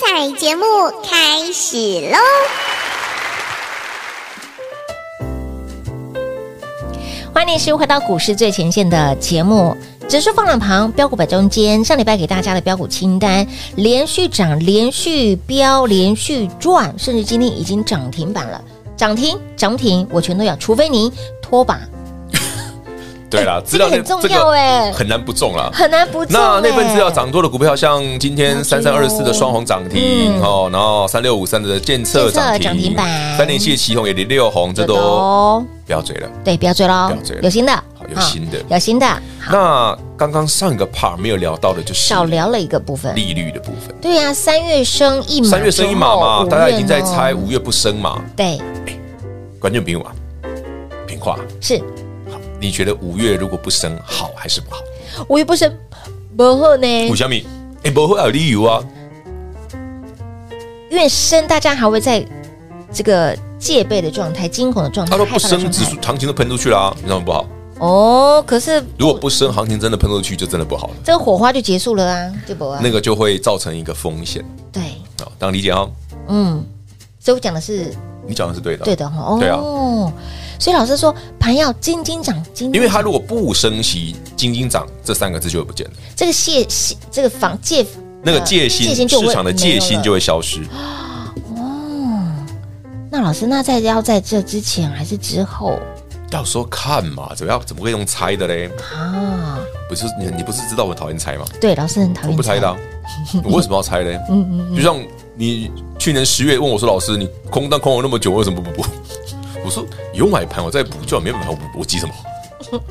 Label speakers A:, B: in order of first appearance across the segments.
A: 彩节目开始喽！
B: 欢迎是回到股市最前线的节目，指数放两旁，标股摆中间。上礼拜给大家的标股清单，连续涨、连续飙、连续赚，甚至今天已经涨停板了，涨停、涨停，我全都要，除非您拖 把，
C: 对啦，
B: 这个很重要哎、
C: 很难不中啦。
B: 很难不中、
C: 那那份
B: 哎
C: 资料涨多的股票，像今天
B: 了
C: 三
B: 解
C: 三
B: 哦
C: 二四的双红涨停
B: 嗯
C: 哦，然后三六五三的建
B: 建
C: 设
B: 设
C: 涨
B: 涨停
C: 停
B: 板，
C: 三零七的旗红也连六红，这
B: 有的
C: 都
B: 哦
C: 不要追了。
B: 对，不要追喽
C: 不要追，了嗯
B: 有新的，
C: 有新的
B: 啊有新的，好
C: 那刚刚上个 part 没有聊到的，就是
B: 少聊了一个部分。
C: 利率的部分。
B: 对呀、三月升一码之后，
C: 嗯三月升一码嘛，
B: 嗯五
C: 大家已
B: 月
C: 经在
B: 呢
C: 猜五月不升嘛，
B: 对，
C: 关键评估啊，平话，
B: 是
C: 好，你觉得五月如果不升，好还是不好？
B: 五月不升，不后呢？
C: 五小米，哎，不会有理由啊，
B: 因为升大家还会在这个戒备的状态、惊恐的状态，
C: 它都
B: 害
C: 不
B: 怕的
C: 升，
B: 状
C: 指
B: 态
C: 数行情都喷出去啦，你知道吗不好？
B: 哦。可是
C: 如果不升，行情真的喷出去，就真的不好了，
B: 这个火花就结束了啊，对不啊？
C: 那个就会造成一个风险
B: 对，
C: 啊。哦当然理解哦，
B: 嗯，所以我讲的是
C: 你讲的是对的，
B: 对。的哈。哦，
C: 对啊
B: 所以老师说盘要斤斤涨，斤斤
C: 因为它如果不升息，金金涨这三个字就会不见了，
B: 这个戒戒这个防戒
C: 那个
B: 呃
C: 戒心，
B: 就会
C: 市场的戒
B: 没有
C: 心
B: 了
C: 就会消失。
B: 那老师，那在要在这之前还是之后
C: 到时候看嘛，怎么样？怎么会用猜的嘞？
B: 啊？
C: 不是你，你不是知道我讨厌猜吗？
B: 对，老师很讨
C: 我
B: 厌
C: 不猜的、啊，
B: 嗯
C: 我为什么 要猜嘞？就像你去年十月问我说：“老师，你空单空了那么久，为什么不补？” 我说：“有买盘，我再补就好；没买盘，我不我急什么？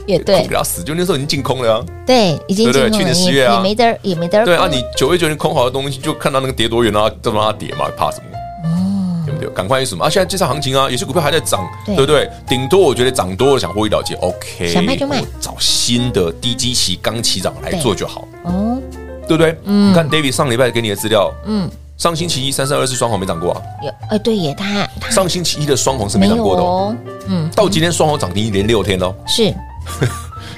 B: 也
C: 空
B: 对
C: 给，他死，就那时候已经净空了啊。
B: 对，已经
C: 对对
B: 进入
C: 去
B: 了
C: 年
B: 也
C: 10月啊
B: 也没得儿也没得儿
C: 对啊，
B: 碰
C: 你九月九你空好的东西，就看到那个跌多远啊，就让它跌嘛，怕什么？对不对？赶快有什么啊？现在这场行情啊，有些股票还在涨，
B: 哦对
C: 对不对？顶多我觉得涨多了想获利了结，OK，
B: 想卖就卖
C: 我找新的低基期刚起涨来
B: 对
C: 做就好，
B: 哦，
C: 对不对？
B: 嗯
C: 你看 David 上礼拜给你的资料，
B: 嗯，
C: 上星期一三三二四双红没涨过啊，
B: 有哎，对耶，他他
C: 上星期一的双红是没涨过的、哦，
B: 哦，嗯，
C: 到今天双红涨停连六天哦，
B: 是
C: 你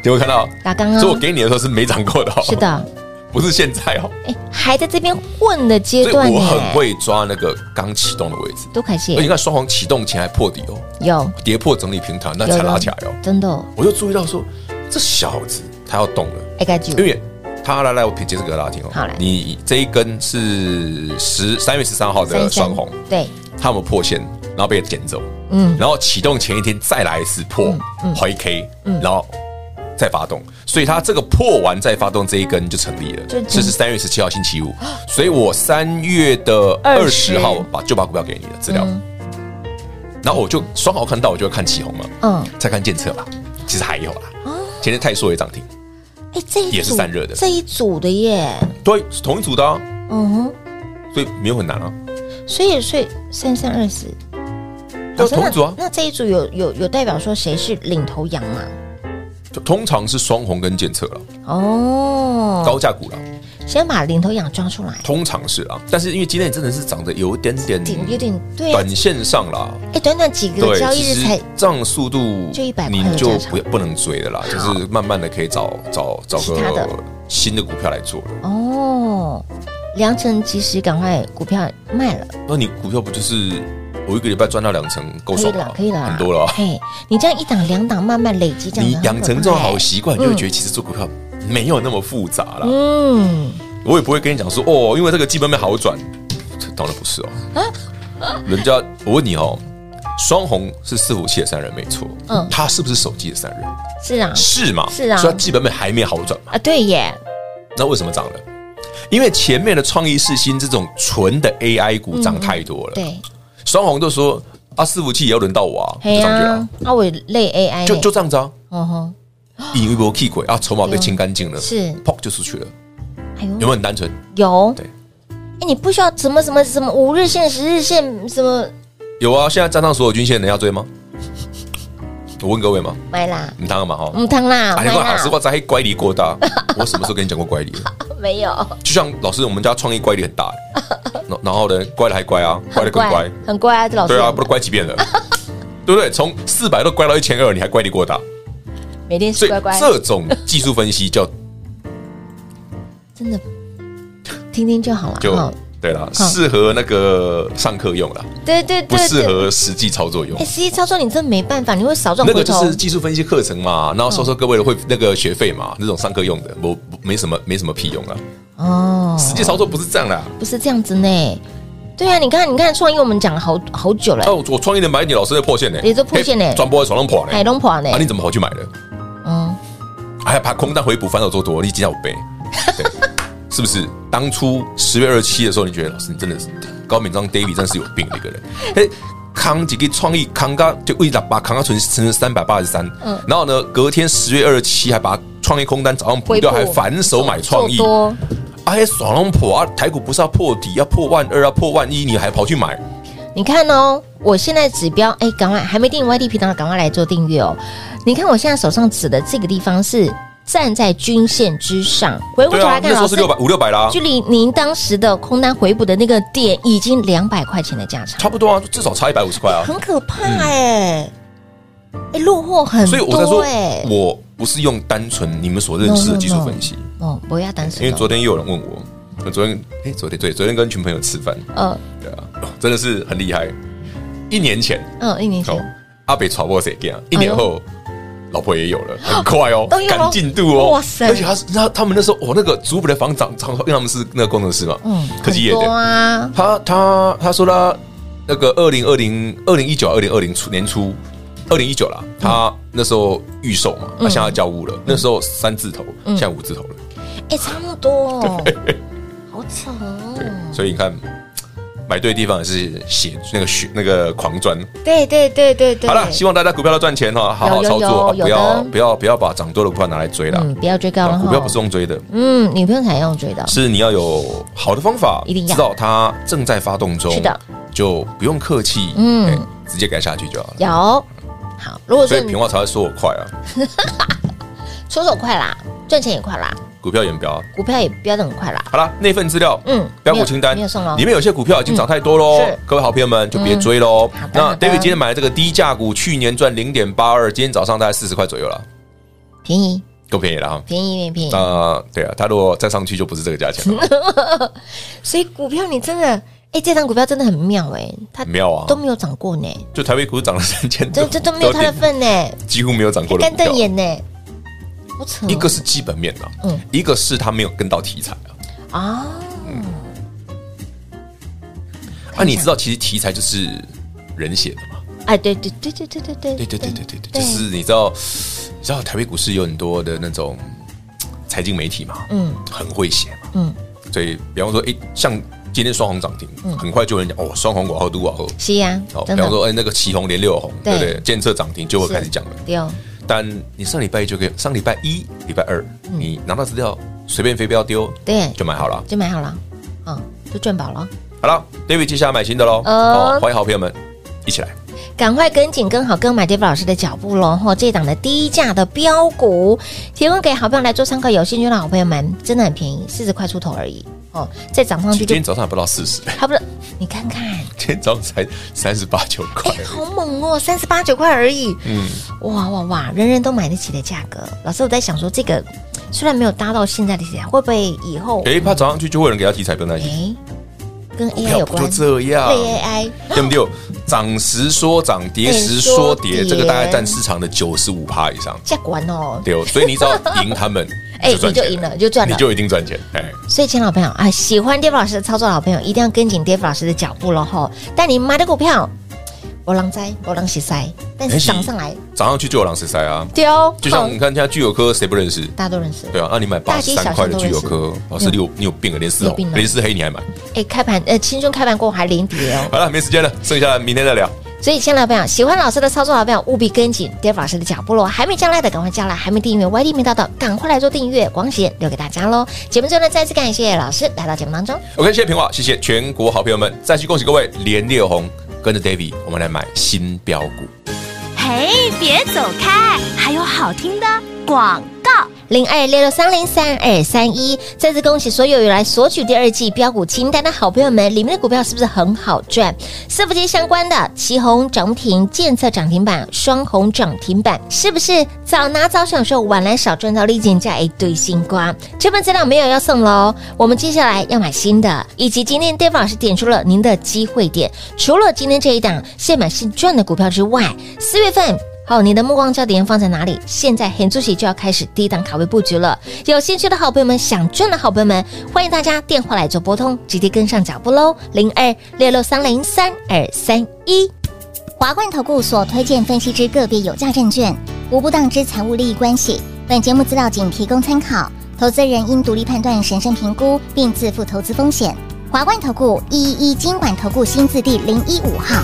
C: 有没有看到？
B: 打刚
C: 所以我
B: 刚
C: 给你的时候是没涨过的、哦，
B: 啊是，的，
C: 不是现在哦。
B: 哎，还在这边混的阶
C: 所以
B: 段欸
C: 我
B: 呢，
C: 很会抓那个刚启动的位置，
B: 都开始
C: 而且你看哦双红启动前还破底哦，
B: 有
C: 跌破整理平台那
B: 有
C: 才
B: 的
C: 拉起来哦。
B: 真的哦
C: 我就注意到说，这小子他要动了，
B: 哎，该住
C: 因为他来来，我解释给大家听哦。
B: 好来
C: 你这一根是十三月十三号的
B: 三
C: 双红，
B: 对，
C: 他有没有破线，然后被捡走，
B: 嗯，
C: 然后启动前一天再来一次破回 K，然
B: 嗯
C: 后再发动，所以它这个破完再发动这一根就成立了
B: 就，
C: 这是三月十七号星期 五，所以我三月的二
B: 20
C: 十号把就把股票给你了资料，
B: 嗯
C: 然后我就双好看到我就会看起红嘛，
B: 嗯，啊
C: 再看建策吧，其实还有啦，前天泰硕也涨停，
B: 哎，这一
C: 也是
B: 组
C: 散热的
B: 这一组的耶，
C: 对，是同一组的、啊，
B: 嗯
C: 所以没有很难啊，
B: 哼，所以所以三三二四。
C: 都
B: 老师
C: 同一组啊，
B: 那那这一组有有有代表说谁是领头羊吗？
C: 就通常是双红跟建策了，
B: 哦，
C: 高价股了。
B: 先把领头羊抓出来，
C: 通常是啊，但是因为今天真的是涨得有点点
B: 顶有点对啊，
C: 短线上啦，
B: 哎，短短几个
C: 对，
B: 交易
C: 其
B: 日
C: 实
B: 才
C: 这样速度
B: 就100块
C: 你
B: 了
C: 就
B: 加
C: 不不能追的啦，就是慢慢的可以找找找
B: 其他的
C: 个新的股票来做了。
B: 哦，良辰吉时，赶快股票卖了，
C: 那你股票不就是我一个礼拜赚到两成，够
B: 可以
C: 爽
B: 了
C: 了，，
B: 可以了，
C: 很多了啊。
B: 嘿，你这样一档两档慢慢累积，这样
C: 你
B: 子很可怕
C: 养成这种好习
B: 嗯
C: 惯，你就会觉得其实做股票没有那么复杂啦。
B: 嗯，
C: 我也不会跟你讲说哦，因为这个基本面好转，这当然不是哦。人家我问你哦，双红是伺服器的三人没错，
B: 嗯
C: 嗯，它是不是手机的三人？
B: 是啊，
C: 是嘛？
B: 是啊
C: 所以它基本面还没好转嘛。
B: 啊对耶，
C: 那为什么涨了？因为前面的创意世新这种纯的 AI 股涨太多了，
B: 嗯对，
C: 双红就说啊，伺服器也要轮到我啊，
B: 嘿
C: 就上去了
B: 呀
C: 啊，，
B: 啊我累 AI
C: 就
B: 呢
C: 就这样 子啊，
B: 嗯哼，
C: 引一波气鬼啊，筹码被清干净了，
B: 是
C: 砰就出去了，
B: 哎
C: 有没有
B: 呦
C: 很单纯？
B: 有，
C: 对
B: 哎你不需要什么什么什么五日线、十日线什么
C: 有啊，现在站上所有均线，人要追吗？我问各位嘛，
B: 买啦，
C: 你当然嘛哈，
B: 嗯汤啦，
C: 啊，
B: 买
C: 你问老师
B: 啦，
C: 我在乖离过大，我什么时候跟你讲过乖离了？
B: 没有，
C: 就像老师，我们家创意乖离很大，欸然然后呢，乖的还乖啊，乖的更乖，
B: 很乖啊，这老师
C: 对啊，不都乖几遍了，对不对？从四百都乖到一千二，你还乖离过大，
B: 每天
C: 所
B: 是
C: 以
B: 乖乖，
C: 这种技术分析叫
B: 真的听听就好了，
C: 就
B: 哈
C: 对啦，适合那个上课用啦，
B: 对嗯对
C: 不
B: 对
C: 适
B: 对。
C: 合实际操作用
B: 哎，。实际操作你真没办法，你会少赚
C: 那
B: 回
C: 个就
B: 头
C: 是。技术分析课程嘛，然后收收各位的会那个学费嘛，那种上课用的，我没什么没什么屁用啦。
B: 哦，
C: 实际操作不是这样啊啦。
B: 不是这样子呢。对啊，你看，你看创意，我们讲了好好久了，
C: 哦，我我创业的买你老师的破线呢，
B: 也是破线呢
C: 哎转播在手上破呢，
B: 海东跑呢
C: 啊，，你怎么跑去买的？
B: 嗯，
C: 还把空单回补，反手做多，你几有 背？对是不是？当初十月二十七的时候，你觉得老师你真的是高敏章 David 真是有病的一个 人。哎，扛几个创意，扛个就为了把扛到存存三百八十三，
B: 嗯
C: 然后呢，隔天十月二十七还把创意空单早上补掉，还反手买创意
B: 做，多，
C: 哎，爽龙破啊！台股不是要破底，要破万二，要破万一，你还跑去买？
B: 你看哦，我现在指标，哎，赶快还没订阅 YT 频道，赶快来做订阅哦。你看我现在手上指的这个地方是站在均线之上，回过
C: 对
B: 头
C: 啊
B: 来，看，
C: 那时
B: 老
C: 候是
B: 师
C: 六百五啊六百啦，
B: 距离您当时的空单回补的那个点已经两百块钱的价差，
C: 差不多啊，至少差一百五十块啊。
B: 很可怕哎、哎、落后很
C: 所以我才
B: 多
C: 说
B: 哎、，
C: 我不是用单纯你们所认识的技术分析，
B: 哦，不要担心
C: 因
B: 哦，
C: 为昨天又有人问我，我昨天哎、昨天对，昨天跟群朋友吃饭，
B: 呃
C: 对啊，哦真的是很厉害。一年前，
B: 嗯一年前
C: 哦，阿北传播谁干？一年后。老婆也有了，很快哦
B: 都有，了
C: 赶进度哦，
B: 哇塞
C: 而且他是那他们那时候，我那个主普的房长，长因为他们是那个工程师嘛，
B: 嗯，
C: 科技业
B: 很
C: 的
B: 多，啊，
C: 他他他说他那个二零二零二零一九二零二零初年初二零一九
B: 嗯
C: 啦，他那时候预售嘛，他现在交屋了，那时候三字头，
B: 嗯
C: 现在五字头了，
B: 哎、差不多、 哦，好扯哦，
C: 所以你看买对地方也是血那个血那个狂赚。
B: 对对对对对，
C: 好了，希望大家股票都赚钱哈，好好
B: 有有
C: 操作，啊
B: 有
C: 不
B: 有
C: 要
B: 的
C: 不要不要把涨多的股票拿来追啦。
B: 嗯，不要追高
C: 啊
B: 了，
C: 股票不是，用追的，
B: 嗯，女朋友才用追的，
C: 是你要有好的方法，
B: 一定要
C: 知道它正在发动中，
B: 是的，
C: 就不用客气，
B: 嗯
C: 嗯，直接给它下去就好了。
B: 有，好，如果
C: 所
B: 说
C: 以平话才会说我快啊，
B: 出手快啦，赚钱也快啦，
C: 股票眼标啊。
B: 股票也飙得很快啦，
C: 好啦，那份资料，
B: 嗯
C: 标股清单
B: 没有没有送咯
C: 里面有些股票已经涨太多喽
B: 嗯是，
C: 各位好朋友们就别追喽
B: 嗯好的。好
C: 那
B: 的
C: David 今天买的这个低价股，去年赚零点八二，今天早上大概四十块左右了，
B: 便宜
C: 够便宜了哈。
B: 便宜便宜便宜
C: 那、，对啊，它如果再上去就不是这个价 钱了，
B: 所以股票你真的，哎、这张股票真的很妙哎、它
C: 很妙啊
B: 都！没有涨过呢、
C: 就台北股涨了三千多
B: 这，这都没有它的份呢、
C: 几乎没有涨过的
B: 干
C: 股
B: 瞪
C: 票。
B: 眼呢、好扯哦
C: 一个是基本面啊，
B: 嗯
C: 一个是它没有跟到题材啊。
B: 啊，
C: 啊，你知道其实题材就是人写的嘛。
B: 哎，对对对对对对对
C: 对对对对对对，就是你知道，你知道台北股市有很多的那种财经媒体嘛，
B: 嗯，
C: 很会写嘛，
B: 嗯，
C: 所以比方说，哎，像今天双红涨停，很快就有人讲哦，双红寡后都寡后，
B: 是呀、
C: 哦，比
B: 嗯真
C: 方
B: 的
C: 说，哎，那个旗红连六红，
B: 对
C: 对不对？建设涨停就会
B: 是
C: 开始讲了。
B: 对哦，
C: 但你上礼拜一就可以，上礼拜一、礼拜二，你拿到资料随便飞不要丢，
B: 嗯对
C: 就买好了。
B: 就买好了，嗯，就赚饱了，
C: 好了，David 接下来买新的喽，
B: 呃
C: 哦，欢迎好朋友们一起来。
B: 赶快跟紧、跟好、跟买 David 老师的脚步喽！吼，这档的低价的标股，提供给好朋友来做参考，有兴趣的好朋友们真的很便宜，四十块出头而已哦，再涨上
C: 其
B: 去
C: 实
B: 就
C: 今天早上还不到四十，
B: 差不多，你看看，
C: 今天早上才三十八九块
B: 哎、。好猛哦，三十八九块而已，嗯，哇哇哇，人人都买得起的价格。老师，我在想说，这个虽然没有搭到现在的价，会不会以后
C: 哎、怕涨上去就会有人给他题材，不用担
B: 哎、
C: 心。
B: 跟
C: 股
B: AI
C: 票
B: 有
C: 不就
B: 关？
C: 这样，
B: 类 AI
C: 对不对？涨时说涨，跌时说跌，
B: 跌
C: 这个大概占市场的九十五趴以上。
B: 价管哦，，
C: 对哦，所以你只要赢他们
B: 哎
C: 赚钱
B: 你就赢了就赚了
C: 你就一定赚钱。哎，
B: 所以，亲爱的老朋友啊，喜欢 Dave 老师的操作，老朋友一定要跟紧 Dave 老师的脚步喽吼！但你买的股票，我狼灾，我狼洗塞，但是
C: 但是
B: 涨上来
C: 涨上去就有狼食塞啊！
B: 丢，
C: 就像
B: 哼
C: 你看，现在聚友科谁不认识？
B: 大家都认识。
C: 对啊，那你买八
B: 大街
C: 十
B: 小巷
C: 三块的聚友
B: 都
C: 科
B: 认识，嗯
C: 老师你有你有病啊！连四
B: 有病
C: 红
B: 啊
C: 连四黑你还买？
B: 哎，开盘呃，青春开盘过后还连跌哦。
C: 好了，没时间了，剩下的明天再聊。
B: 所以，亲爱的老朋友，喜欢老师的操作，老朋友务必跟紧 Dave 老师的脚步喽。还没加来的，赶快加来；还没订阅 YT 频道的，赶快来做订阅。光贤留给大家喽。节目最后呢，再次感谢老师来到节目当中。
C: OK，谢谢平话，谢谢全国好朋友们，再次恭喜各位连六红，跟着 David，我们来买新标股。
A: 嘿，别走开，还有好听的广告。
B: 零二六六三零三二三一。再次恭喜所有有来索取第二季标股清单的好朋友们，里面的股票是不是很好赚？伺服器相关的旗红涨停、建策涨停板、双红涨停板，是不是早拿早享受，晚来少赚到立减价一堆新瓜？这份资料没有要送喽，我们接下来要买新的，以及今天 Dave 老师点出了您的机会点，除了今天这一档现买现赚的股票之外，四月份。好，你的目光焦点放在哪里？现在很主席就要开始低档卡位布局了。有兴趣的好朋友们，想赚的好朋友们，欢迎大家电话来做拨通，直接跟上脚步喽，零二六六三零三二三一。
A: 华冠投顾所推荐分析之个别有价证券，无不当之财务利益关系。本节目资料仅提供参考，投资人应独立判断、审慎评估，并自负投资风险。华冠投顾一一一金管投顾新字第零一五号。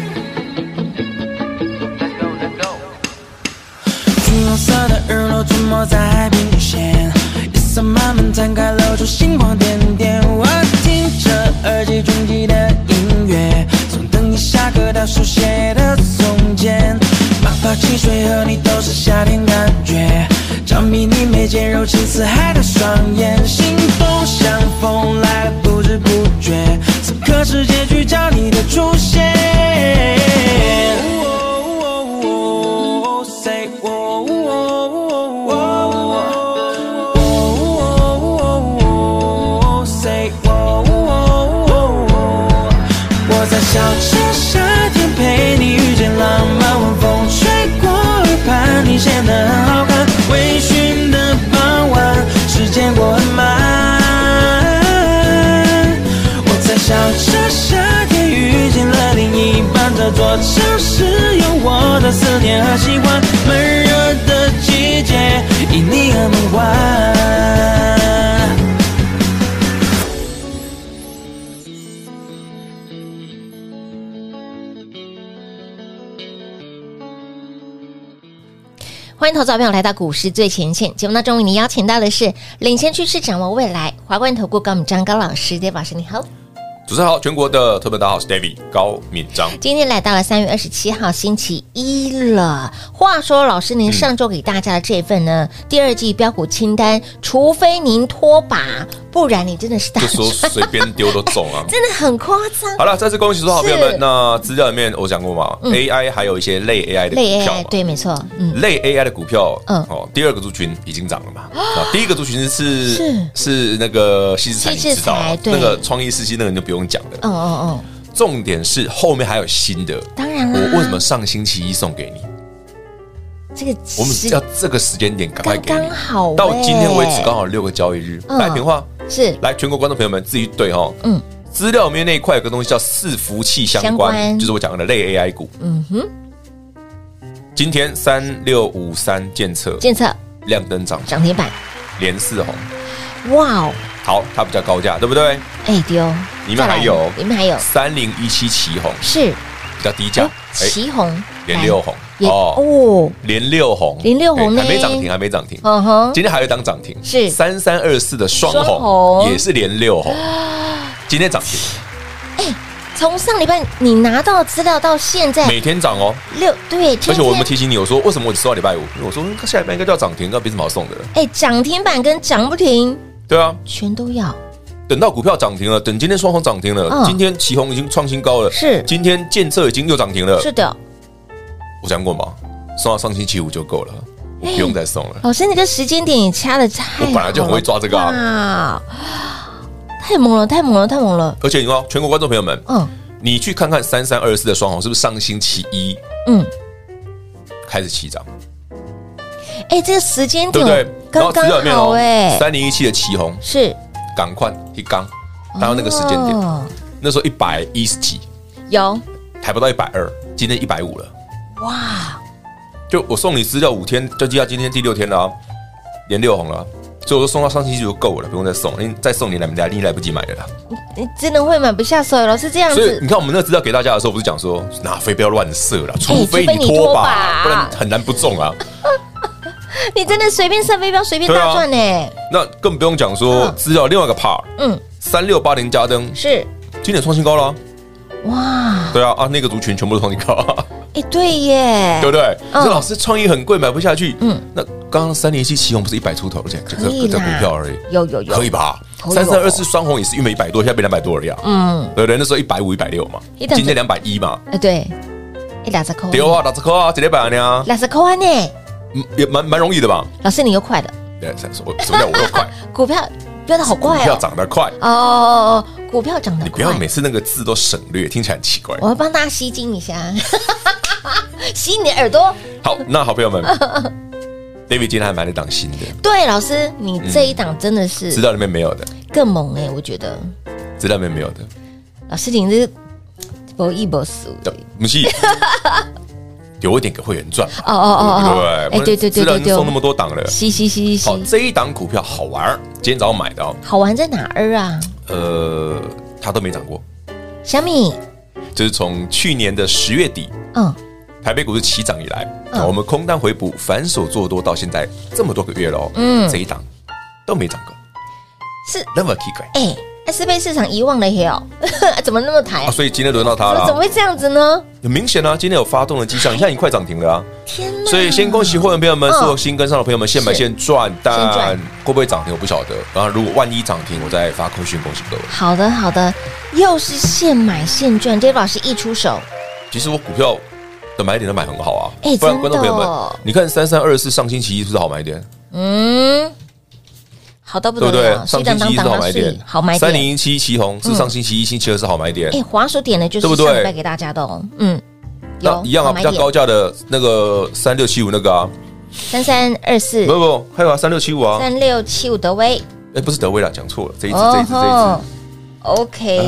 D: 金黄色的日落沉没在海平线，夜色慢慢摊开，露出星光点点。我听着耳机中记的音乐，从等你下课到手写的从前，冒泡汽水和你都是夏天感觉，着迷你眉间柔情似海的双眼，心动像风来的不知不觉，此刻是结局叫你的出现。Say whoa, whoa, whoa, whoa, say whoa, whoa, whoa. 我在小城夏天陪你遇见浪漫，晚风吹过耳畔，你显得很好看。微醺的傍晚，时间过很慢。我在小城夏天遇见了另一半，这座城市有我的思念和喜欢。闷热的季节，因你而梦幻。
B: 欢迎投资者朋友来到股市最前线节目当中，为您邀请到的是领先趋势、掌握未来华冠投顾高敏章高老师，David 老师你好。
C: 主持人好，全国的特别大家好，我是 David 高敏章。
B: 今天来到了三月二十七号星期一了。话说，老师您上周给大家的这份呢，第二季标股清单，除非您脱靶，不然你真的是大
C: 这时候
B: 赚，！
C: 随便丢都中啊
B: 真的很夸张。
C: 好了，再次恭喜所有好朋友
B: 是嗯
C: 们。那资料里面我讲过嘛、a i 还有一些类 AI 的
B: 类
C: 股票
B: AI
C: 嘛，
B: 对，没错，嗯，
C: 类 AI 的股票，
B: 嗯
C: 哦，第二个族群已经涨 了嘛，啊，第一个族群是
B: 是
C: 是那个西之彩，你
B: 西之
C: 知道啊
B: 财对
C: 那个创意四期那个你就不用讲了。
B: 哦哦哦，
C: 重点是后面还有新的，
B: 当然啦
C: 我为什么上星期一送给你？
B: 这个
C: 我们
B: 时
C: 要这个时间点赶快给你
B: 刚刚好
C: 到今天为止
B: 欸
C: 刚好六个交易日。
B: 嗯
C: 来平话，
B: 是
C: 来全国观众朋友们自己对哈，
B: 嗯
C: 嗯，资料里面那一块有个东西叫伺服器相
B: 相
C: 关
B: 关，
C: 就是我讲的类 AI 股。
B: 嗯哼，
C: 今天三六五三建测
B: 监测
C: 亮灯涨
B: 涨停板，
C: 连四红，
B: 哇哦，
C: 好，它比较高价，对不对？
B: 哎丢，
C: 里面
B: 再来
C: 还有
B: 里面还有
C: 三零一七旗红
B: 是
C: 比较低价，哎，
B: 旗红
C: 连六红
B: 哦也
C: 哦，
B: 哦，
C: 连六红，
B: 连六红
C: 哎
B: 呢
C: 还没涨停，还没涨停。
B: 嗯哼，
C: 今天还有一档涨停，
B: 是
C: 三三二四的双
B: 双
C: 红，
B: 红
C: 也是连 六红，今天涨停，
B: 从上礼拜你拿到资料到现在
C: 每天涨哦。
B: 六对，
C: 而
B: 天
C: 且我们
B: 天
C: 提醒你，我说为什么我只收到礼拜五？因为我说嗯下礼拜应该就要涨停，那凭什么好送的了？
B: 哎涨停板跟涨不停
C: 对啊，
B: 全都要，
C: 等到股票涨停了，等今天双红涨停
B: 嗯
C: 了，今天旗红已经创新高了，
B: 是
C: 今天建设已经又涨停了。
B: 是的，
C: 我讲过嘛，送到上星期五就够了，我
B: 哎
C: 不用再送了。
B: 老师你这时间点也掐的太好
C: 我
B: 了，
C: 本来就很会抓这个啊，
B: 哇，太猛了，太猛了，太猛了，
C: 而且你看，全国观众朋友们，
B: 嗯
C: 你去看看三三二四的双红是不是上星期一
B: 嗯，
C: 开始起涨，
B: 哎这个时间
C: 对
B: 点
C: 不对？然
B: 刚
C: 后资料里
B: 刚
C: 面
B: 好哎
C: 哦，，三零一七的旗红，
B: 是
C: 赶快一刚，达到那个时间点，
B: 哦
C: 那时候一百一十几，
B: 有
C: 还不到一百二，今天一百五了。
B: 哇
C: 就我送你资料五天，就记到今天第六天了啊，连六红了啊，所以我说送到上星期就够了，不用再送，因为再送你来不及，你来不及买了啦。
B: 你真的会买不下手，老师这样
C: 所以
B: 子
C: 你看，我们那个资料给大家的时候，不是讲说哪飞不要乱射啦，
B: 哎除
C: 除非
B: 非
C: 你
B: 你
C: 拖
B: 拖
C: 把，
B: 把
C: 不然很难不中 啊。
B: 你真的随便射飞镖，随便
C: 对啊
B: 大赚呢、
C: 那更不用讲说
B: 嗯
C: 资料另外一个 part
B: 嗯，
C: 三六八零加登，
B: 是
C: 今年创新高了啊、
B: 哇，
C: 对啊啊，那个族群全部都创新高、啊，
B: 哎、对耶
C: 对，不对？
B: 嗯
C: 这老师创意很贵，买不下去。
B: 嗯
C: 嗯，那刚刚三零七旗红不是一百出头，这这
B: 可以
C: 这
B: 啦
C: 这股票而已，
B: 有有有，
C: 可以？吧？
B: 可以哦
C: 三三二四双红也是原本一百多，现在变两百多而已啊。
B: 嗯，
C: 对不对？那时候一百五、一百六嘛，
B: 一等
C: 今天两百一嘛，
B: 哎、对，哎、打折扣，
C: 对啊，打折扣啊，直接百呢啊，
B: 打折扣啊呢，
C: 嗯也蛮蛮容易的吧？
B: 老师你又快了，
C: 对，什么什么叫我又快？
B: 股票飙的好
C: 股
B: 快
C: 票
B: 哦，
C: 涨得快，
B: 哦哦哦，股票涨得
C: 你不
B: 快
C: 要，每次那个字都省略，听起来很奇怪。
B: 我要帮大家吸睛一下，吸你的耳朵。
C: 好，那好朋 友们，David 今天还买了一档新的，
B: 对，老师，你这一档真的是
C: 资料里面没有的，
B: 更猛哎、我觉得
C: 资料里面没有的，
B: 老师你这不一不俗。
C: 对 不是留一点给会员赚嘛，
B: 哦哦哦哦
C: 对，
B: 哎，
C: 不对？
B: 对对
C: 资
B: 对
C: 料
B: 对
C: 已经送那
B: 对，
C: 么多档了。
B: 吸吸吸
C: 好，
B: 吸，
C: 这一档股票好玩儿，今天早上买的哦，
B: 好玩在哪儿啊？
C: 呃，它都没涨过，
B: 小米，
C: 就是从去年的十月底
B: 嗯，
C: 台北股市起涨以来，
B: 嗯
C: 啊我们空单回补、反手做多到现在这么多个月了哦，
B: 嗯
C: 这一档都没涨过，
B: 是
C: 那么奇怪
B: 哎，那是被市场遗忘了耶哦， 怎么那么抬
C: 啊！？所以今天轮到它
B: 怎么怎么
C: 了，
B: 会这样子呢？
C: 很明显啊，今天有发动的迹象，你看已经快涨停了啊！
B: 天哪！
C: 所以先恭喜会员朋友们，
B: 嗯
C: 所有新跟上的朋友们，现买
B: 是
C: 现赚，
B: 先
C: 但
B: 赚
C: 会不会涨停我不晓得。然后如果万一涨停，我再发空讯恭喜各位。
B: 好的好的，又是现买现赚，Dave 老师一出手，
C: 其实我股票的买点都买很好啊，
B: 哎
C: 不然
B: 真的
C: 观众朋友
B: 哦
C: 们，你看三三二四上星期一是不是好买点？
B: 嗯，好到不
C: 对
B: 得
C: 不对
B: 了，？
C: 上
B: 水
C: 星
B: 当当
C: 期一是
B: 当
C: 好
B: 当
C: 买
B: 水
C: 点，，
B: 好买
C: 三零
B: 点。嗯
C: 一七旗红是上星期一、星期二是好买点
B: 哎、，滑手点的就是
C: 对不对
B: 上礼拜给大家的哦，嗯，
C: 那
B: 有
C: 一样啊，
B: 好买
C: 比较
B: 点
C: 高价的那个三六七五那个啊，
B: 三三二四
C: 不不，还有啊三六七五啊，
B: 三哦六七五德威，
C: 哎不是德威啦，讲错了，这一只这一只这一
B: 吼，OK，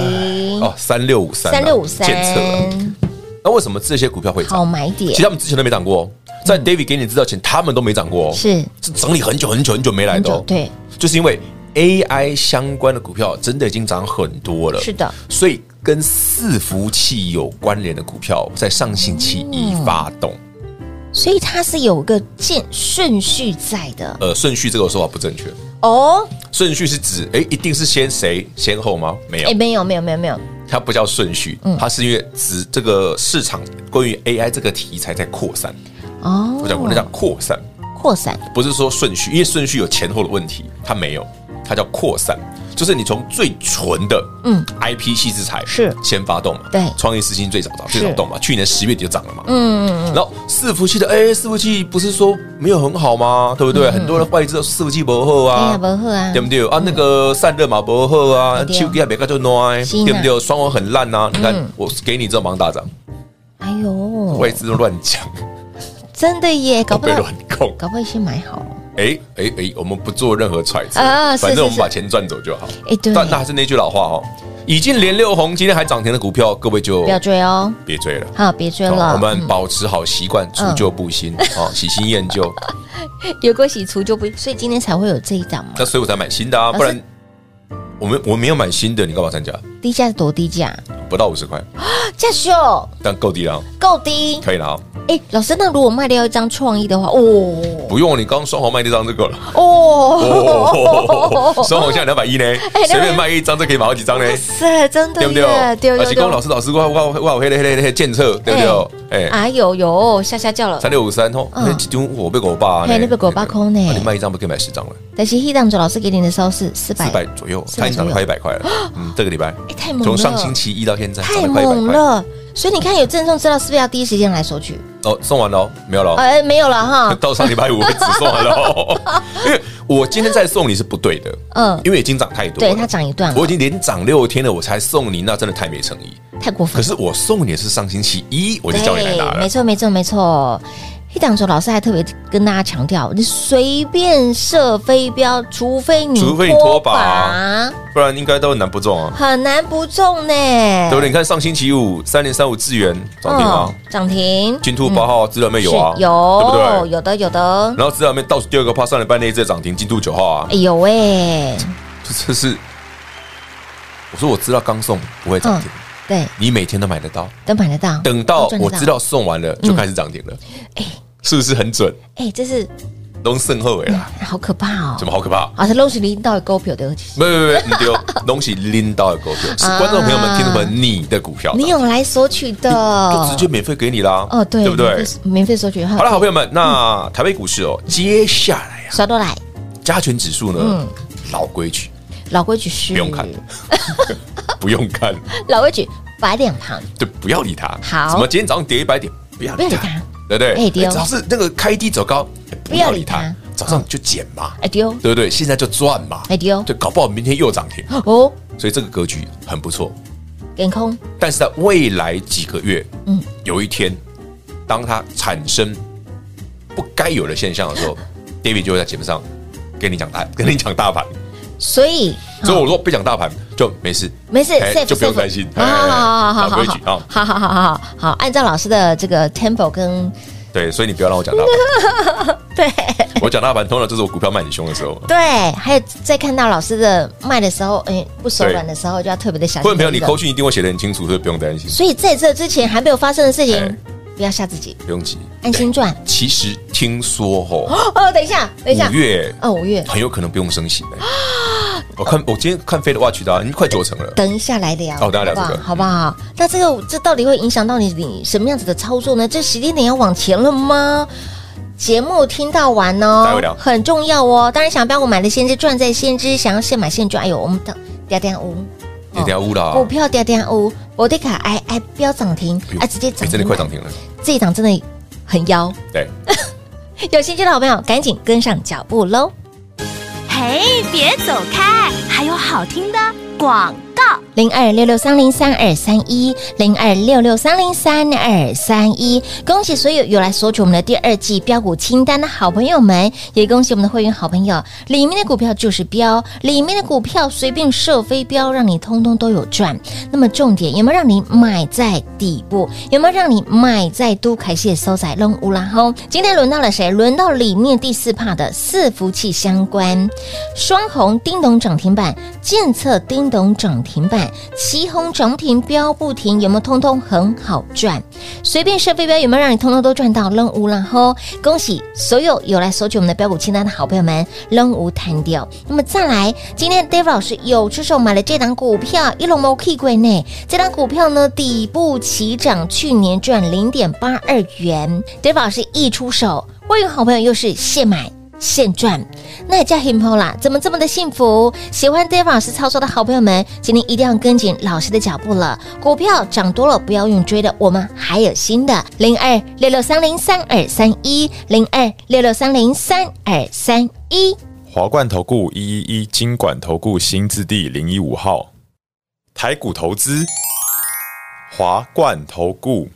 C: 只哦三六五三
B: 三六五三，
C: 检测啊。那为什么这些股票会
B: 好
C: 涨？
B: 买
C: 其
B: 点嗯
C: 实他们之前都没涨过哦，在 David 给你资料前，他们都没涨过哦，
B: 是
C: 是整理很久很久很久没来
B: 很
C: 的
B: 久
C: 哦，
B: 对，
C: 就是因为 AI 相关的股票真的已经涨很多了，
B: 是的，
C: 所以跟伺服器有关联的股票在上星期一发动。
B: 嗯所以它是有个键顺序在的
C: 呃，顺序这个说法不正确。
B: 哦。
C: 顺序是指，哎、一定是先谁先后吗？没有，
B: 哎，没有没有没有没有，
C: 它不叫顺序，
B: 嗯
C: 它是因为指这个市场关于 AI 这个题材在扩散。
B: 哦，
C: 我讲我在讲扩散，
B: 扩散
C: 不是说顺序，因为顺序有前后的问题，它没有，它叫扩散，就是你从最纯的
B: 嗯
C: IP 细制材
B: 是
C: 先发动嘛，
B: 对
C: 创业四星最早涨，
B: 是
C: 最早动嘛，去年十月底就涨了嘛，嗯然后伺服器的，哎、伺服器不是说没有很好吗？对不对？很多人外资的伺服器不好
B: 嗯哎
C: 啊
B: 呀，不好啊
C: 对，不对啊？那个散热嘛不好啊，
B: 对
C: 手机也别个就烂，
B: 是啊
C: 对不对？双网很烂啊，你看
B: 嗯
C: 我给你这忙大涨，
B: 哎呦，
C: 外资都乱讲，
B: 真的耶，搞
C: 都
B: 不
C: 被
B: 好
C: 乱控。
B: 搞不好先买好了。
C: 哎哎哎，我们不做任何揣测
B: 啊，是
C: 反正我
B: 是
C: 们
B: 是
C: 把钱赚走就好。
B: 哎，对，
C: 但那还是那句老话哦，已经连六红今天还涨停的股票，各位就
B: 不要追哦，
C: 别追了。
B: 好，别追
C: 哦
B: 了。嗯
C: 我们保持好习惯，除旧布新，哦，喜新厌 旧。
B: 嗯有过洗除就不，所以今天才会有这一档嘛。
C: 那所以我才买新的啊，
B: 老师
C: 不然我们我没有买新的，你干嘛参加？
B: 低价是多低价？
C: 不到五十块，
B: 价秀
C: 但够低了啊，
B: 哦够低。
C: 可以了啊。
B: 哎，老师，那如果卖掉一张创意的话，哦
C: 不用，你刚双黄卖那张这个了。 哦
B: 哦，，
C: 双黄现在两百一呢，随便卖一张就可以买好几张呢，
B: 是真的
C: 对不对？
B: 耶，
C: 而且跟我老师老师哇哇哇，黑嘞黑嘞黑监测，对不对？哎，
B: 哎呦呦，吓吓叫了
C: 三。六五三吼，
B: 嗯
C: 那几张我被狗爸呢，
B: 嘿你被五百块呢
C: 啊你卖一张不可以买十张了，
B: 但是 He 当主老师给你的时候是四
C: 四
B: 百，
C: 百左右，
B: 400
C: 它已经涨了
B: 左
C: 快
B: 右啊
C: 一百块了。嗯，这个礼拜
B: 哎太猛了
C: 从上星期一到现在涨
B: 太
C: 了快一百
B: 猛
C: 块。
B: 了。所以你看，有赠送资料是不是要第一时间来索取？
C: 哦，送完了哦，没有了哦，
B: 哎，没有了哈。
C: 到上礼拜五为止送完了哦， 因为我今天再送你是不对的，
B: 嗯，
C: 因为已经涨太多了，
B: 对，它涨一段了啊
C: 我已经连涨六天了，我才送你，那真的太没诚意。
B: 太过分
C: 可
B: 了。
C: 是我送你的是上星期一，我就
B: 对，
C: 叫你来拿了
B: 没。错，没错，没错。一档时候，老师还特别跟大家强调，你随便射飞镖，除非你
C: 除非你脱靶，不然应该都很难不中啊，
B: 很难不中呢，
C: 对不对？你看上星期五三零三五智源涨停啊
B: 嗯，涨停，
C: 金兔八号资料妹有啊，
B: 是有，
C: 对不对？
B: 有的有的，
C: 然后资料妹倒数第二个趴上礼拜那一只涨停，金兔九号啊
B: 哎，呦喂，
C: 这这是我说我知道刚送不会涨停，
B: 对，
C: 你每天都买得到，
B: 都买得到，
C: 等到
B: 都赚得
C: 我知，道送完了就开始涨停了，
B: 哎
C: 是不是很准？
B: 哎，这是
C: 龙胜后尾啦，
B: 好可怕哦，
C: 怎么好可怕？
B: 啊，是六十零到股票对不起，
C: 没有没有没有，你丢东西拎到的股票，是观众朋友们听们你的股票，
B: 你有来索取
C: 就
B: 的，
C: 直接免费给你啦，
B: 哦，对，
C: 对不
B: 免
C: 对？
B: 费免费索取，好
C: 好了，好朋友们，那台北股市哦，接下来啊，
B: 刷多来，
C: 加权指数呢
B: 嗯，
C: 老规矩，
B: 老规矩是
C: 不用看，
B: 嗯
C: 不用看，
B: 老规矩摆两旁，
C: 对，不要理它。
B: 好
C: 什么今天早上跌一百点，不要
B: 不
C: 理
B: 要理它
C: 它，对不对？
B: 哎对哦
C: 只要是那个开低走高，哎不要理
B: 不要
C: 它
B: 理，
C: 早上就减嘛，
B: 哎丢，
C: 对不对？现在就赚嘛，
B: 哎丢，
C: 对，搞不好明天又涨停，
B: 哦，
C: 所以这个格局很不错。
B: 眼空，
C: 但是在未来几个月，
B: 嗯
C: 嗯，有一天，当它产生不该有的现象的 时候，David 就会在节目上跟你讲大，跟你讲大盘。
B: 嗯所以，
C: 所以我说不讲大盘就没事，
B: 没事
C: 哎
B: ，safe
C: 就不用
B: safe
C: 担心。
B: 好
C: 哎
B: 好好好
C: 老
B: 好
C: 规矩
B: 好
C: 啊，
B: 好好好好好，按照老师的这个 tempo 跟
C: 对，所以你不要让我讲 大盘。
B: 对
C: 我讲大盘通常就是我股票卖很凶的 时候。
B: 对，还有在看到老师的卖的时候，哎，不手软
C: 对
B: 的时候就要特别的小心。
C: 观众朋友，你扣讯一定会写的很清楚，所以不用担心，
B: 所以在这之前还没有发生的事情
C: 哎，
B: 不要吓自己，
C: 不用急，
B: 安心
C: 对。
B: 赚。
C: 其实听说 吼，
B: 哦，等一下，等一下
C: 五，月
B: 哦，五月，
C: 很有可能不用 升息的。我看我今天看飞的 watch 的啊，已经快九成了。
B: 等一下来聊，
C: 哦等一下
B: 好不
C: 聊这
B: 好
C: 个
B: 好不好？那这个这到底会影响到你你什么样子的操作呢？这时间点要往前了吗？节目听到完
C: 待
B: 哦
C: 会聊，
B: 很重要哦。当然，想标股买的先知赚在先知，想要现买现赚。哎呦，我们等嗲嗲屋，
C: 你等一下乌啦，
B: 股票嗲嗲屋，博迪卡哎哎飙涨停
C: 哦哎，呦
B: 哎直接
C: 哎
B: 涨，
C: 真的快涨，停了。
B: 这一档真的很妖。
C: 对，
B: 有兴趣的好朋友，赶紧跟上脚步喽！
E: 嘿，别走开，还有好听的广告。
B: 零二六六三零三二三一，零二六六三零三二三一。恭喜所有有来索取我们的第二季标股清单的好朋友们，也恭喜我们的会员好朋友，里面的股票就是标，里面的股票随便射飞镖，让你通通都有赚。那么重点有没有让你买在底部？有没有让你买在都凯谢收窄弄乌拉吼？今天轮到了谁？轮到里面第四帕的伺服器相关。双红叮咚涨停板，建策叮咚涨停板，旗红涨停标不停，有没有通通很好赚？随便设飞镖有没有让你通通都赚到？扔无然后恭喜所有有来索取我们的标股清单的好朋友们，扔无弹掉。那么再来，今天 Dave 老师有出手买了这档股票，一龙毛 K 贵内，这档股票呢底部起涨，去年赚零点八二元，Dave 老师一出手，会员好朋友又是现买。现赚，那也叫 himpo 啦，怎么这么的幸福？喜欢 Dave 老师操作的好朋友们，今天一定要跟紧老师的脚步了。股票涨多了不要用追的，我们还有新的零二六六三零三二三一零二六六三零三二三一。
F: 华冠投顾一一一金管投顾新字第零一五号，台股投资，华冠投顾。